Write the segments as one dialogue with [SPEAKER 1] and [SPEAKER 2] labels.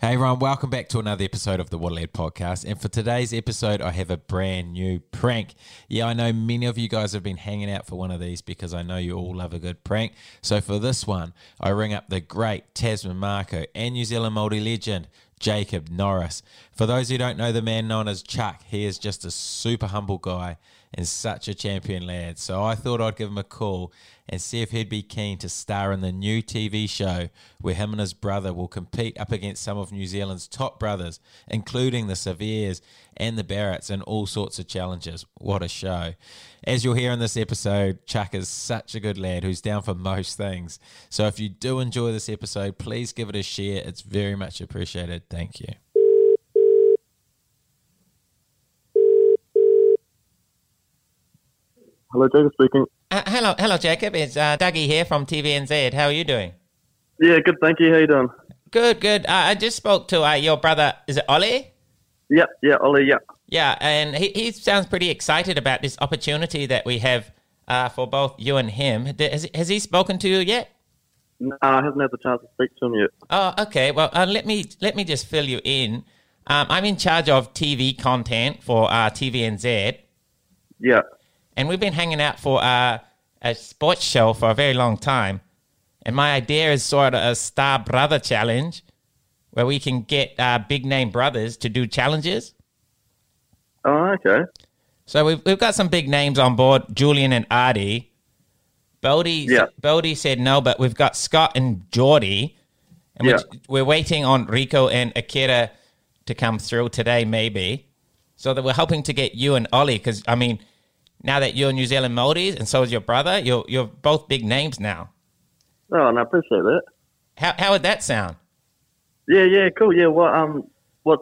[SPEAKER 1] Hey everyone, welcome back to another episode of the Waterhead Podcast. And for today's episode, I have a brand new prank. Yeah, I know many of you guys have been hanging out for one of these because I know you all love a good prank. So for this one, I ring up the great Tasman Marco and New Zealand Māori legend, Jacob Norris. For those who don't know the man known as Chuck, he is just a super humble guy and such a champion lad. So I thought I'd give him a call and see if he'd be keen to star in the new TV show where him and his brother will compete up against some of New Zealand's top brothers, including the Severes and the Barretts, and all sorts of challenges. What a show. As you'll hear in this episode, Chuck is such a good lad who's down for most things. So if you do enjoy this episode, please give it a share. It's very much appreciated. Thank you.
[SPEAKER 2] Hello, Jacob speaking.
[SPEAKER 3] Uh, hello, hello, Jacob. It's uh, Dougie here from TVNZ. How are you doing?
[SPEAKER 2] Yeah, good, thank you. How you doing?
[SPEAKER 3] Good, good. Uh, I just spoke to uh, your brother. Is it Ollie?
[SPEAKER 2] Yeah, yeah, Ollie, yeah.
[SPEAKER 3] Yeah, and he, he sounds pretty excited about this opportunity that we have uh, for both you and him. D- Has, has he spoken to you yet?
[SPEAKER 2] Nah, I haven't had the chance to speak to him yet.
[SPEAKER 3] Oh, okay. Well, uh, let me let me just fill you in. Um, I'm in charge of TV content for uh, TVNZ,
[SPEAKER 2] Yeah,
[SPEAKER 3] and we've been hanging out for uh, a sports show for a very long time. And my idea is sort of a star brother challenge, where we can get uh, big name brothers to do challenges.
[SPEAKER 2] oh, okay.
[SPEAKER 3] So we've we've got some big names on board: Julian and Artie. Bodie
[SPEAKER 2] Yeah.
[SPEAKER 3] Bodie said no, but we've got Scott and Geordie, and
[SPEAKER 2] Yeah.
[SPEAKER 3] we're, we're waiting on Rico and Akira to come through today, maybe. So that we're hoping to get you and Ollie, because I mean, now that you're New Zealand Maoris and so is your brother, you're you're both big names now.
[SPEAKER 2] Oh, no, I appreciate that.
[SPEAKER 3] How how would that sound?
[SPEAKER 2] Yeah, yeah, cool. Yeah, well, um, what,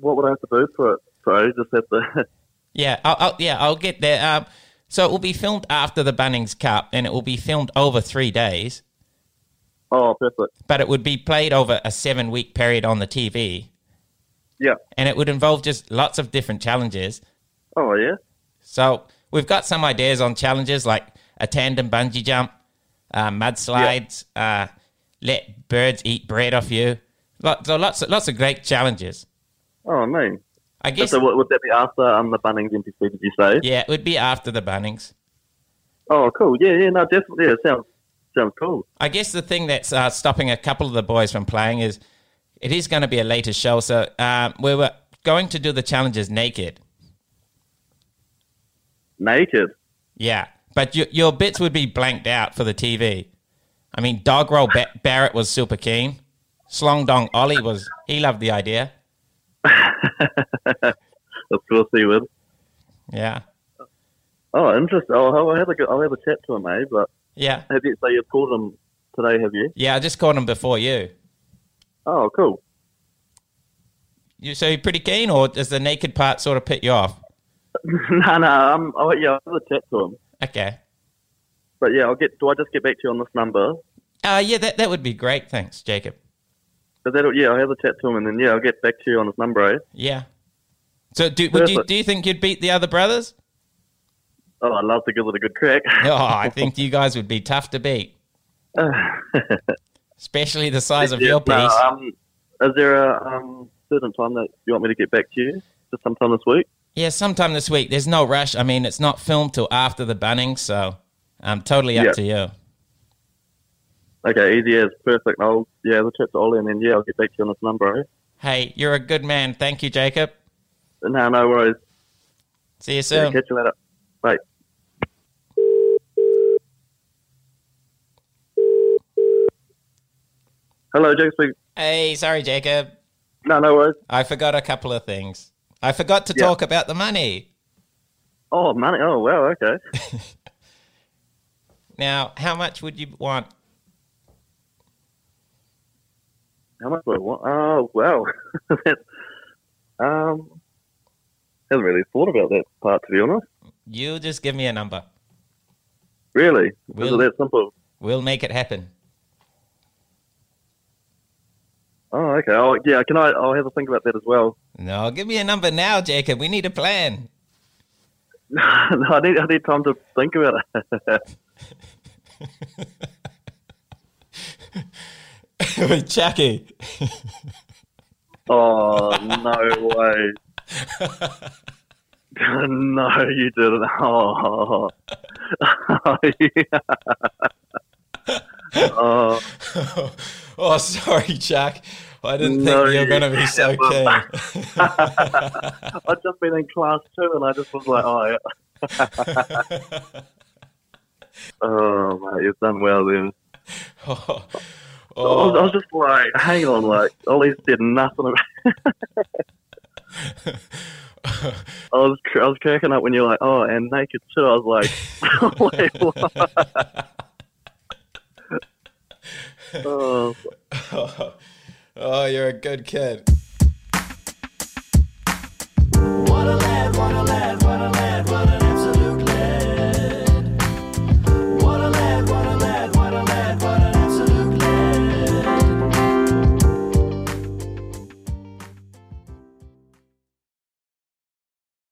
[SPEAKER 2] what would I have to do for it? Sorry, just have to.
[SPEAKER 3] Yeah, I'll, I'll, yeah, I'll get there. Um, so it will be filmed after the Bunnings Cup, and it will be filmed over three days.
[SPEAKER 2] oh, perfect.
[SPEAKER 3] but it would be played over a seven week period on the TV.
[SPEAKER 2] Yeah.
[SPEAKER 3] And it would involve just lots of different challenges.
[SPEAKER 2] Oh, yeah.
[SPEAKER 3] So we've got some ideas on challenges like a tandem bungee jump, uh, mudslides, uh, let birds eat bread off you. Lot- So lots of, lots of great challenges.
[SPEAKER 2] Oh, mean.
[SPEAKER 3] I guess,
[SPEAKER 2] So, would, would that be after um, the Bunnings NPC, did you say?
[SPEAKER 3] yeah, it would be after the Bunnings.
[SPEAKER 2] Oh, cool. Yeah, yeah, no, definitely. Yeah, sounds, sounds cool.
[SPEAKER 3] I guess the thing that's uh, stopping a couple of the boys from playing is it is going to be a later show. So um, we were going to do the challenges naked.
[SPEAKER 2] Naked.
[SPEAKER 3] Yeah, but your your bits would be blanked out for the TV. I mean, Dog Roll ba- Barrett was super keen. Slong Dong Ollie was he loved the idea.
[SPEAKER 2] Of course he would.
[SPEAKER 3] Yeah,
[SPEAKER 2] Oh, interesting. Oh, I'll have a, go- I'll have a chat to him, eh? But
[SPEAKER 3] yeah,
[SPEAKER 2] have you, so you've called him today, have you?
[SPEAKER 3] yeah. I just caught him before you.
[SPEAKER 2] Oh, cool.
[SPEAKER 3] You so you pretty keen, or does the naked part sort of put you off?
[SPEAKER 2] no, no, I'm, oh, yeah, I'll have a chat to him.
[SPEAKER 3] Okay.
[SPEAKER 2] But yeah, I'll get. Do I just get back to you on this number?
[SPEAKER 3] Uh, yeah, that, that would be great. Thanks, Jacob.
[SPEAKER 2] Is that, yeah, I'll have a chat to him, and then yeah, I'll get back to you on this number. Eh?
[SPEAKER 3] Yeah. So do would you
[SPEAKER 2] Perfect.
[SPEAKER 3] do you think you'd beat the other brothers?
[SPEAKER 2] Oh, I'd love to give it a good crack.
[SPEAKER 3] Oh, I think you guys would be tough to beat, especially the size of
[SPEAKER 2] Yeah,
[SPEAKER 3] your piece.
[SPEAKER 2] no, um, is there a um, certain time that you want me to get back to you? Just sometime this week.
[SPEAKER 3] Yeah, sometime this week. There's no rush. I mean, it's not filmed till after the bunning, so I'm totally up
[SPEAKER 2] Yeah.
[SPEAKER 3] to you.
[SPEAKER 2] Okay, easy as perfect. I'll yeah, I'll chat to Ollie, and then yeah, I'll get back to you on this number. Eh?
[SPEAKER 3] Hey, you're a good man. Thank you, Jacob.
[SPEAKER 2] No, no worries.
[SPEAKER 3] See you
[SPEAKER 2] Yeah,
[SPEAKER 3] soon.
[SPEAKER 2] catch you later. Bye. Hello, Jake. Speak.
[SPEAKER 3] Hey, sorry, Jacob.
[SPEAKER 2] No, no worries.
[SPEAKER 3] I forgot a couple of things. I forgot to
[SPEAKER 2] Yeah.
[SPEAKER 3] talk about the money.
[SPEAKER 2] Oh, money. Oh, wow. Okay.
[SPEAKER 3] Now, how much would you want?
[SPEAKER 2] How much would I want? Oh, wow. That's- um, haven't really thought about that part, to be honest.
[SPEAKER 3] You just give me a number.
[SPEAKER 2] Really? Is it
[SPEAKER 3] Really?
[SPEAKER 2] that simple?
[SPEAKER 3] We'll make it happen.
[SPEAKER 2] Oh, okay. Oh, yeah, can I, I'll have a think about that as well.
[SPEAKER 3] No, give me a number now, Jacob. We need a plan.
[SPEAKER 2] no, I need, I need time to think about it.
[SPEAKER 3] Chucky.
[SPEAKER 2] Oh no way! no, you didn't. Oh, yeah. oh
[SPEAKER 3] oh, sorry, Jack. I didn't
[SPEAKER 2] No,
[SPEAKER 3] think you were going to be
[SPEAKER 2] you
[SPEAKER 3] so
[SPEAKER 2] never.
[SPEAKER 3] keen.
[SPEAKER 2] I'd just been in class two, and I just was like, oh. yeah. oh mate, you've done well then.
[SPEAKER 3] oh,
[SPEAKER 2] I, was, I
[SPEAKER 3] oh,
[SPEAKER 2] was just like, hang on, like Ollie said nothing. About- I was cr- I was cracking up when you're like, oh, and naked too. I was like, wait, what? oh,
[SPEAKER 3] oh, you're a good kid.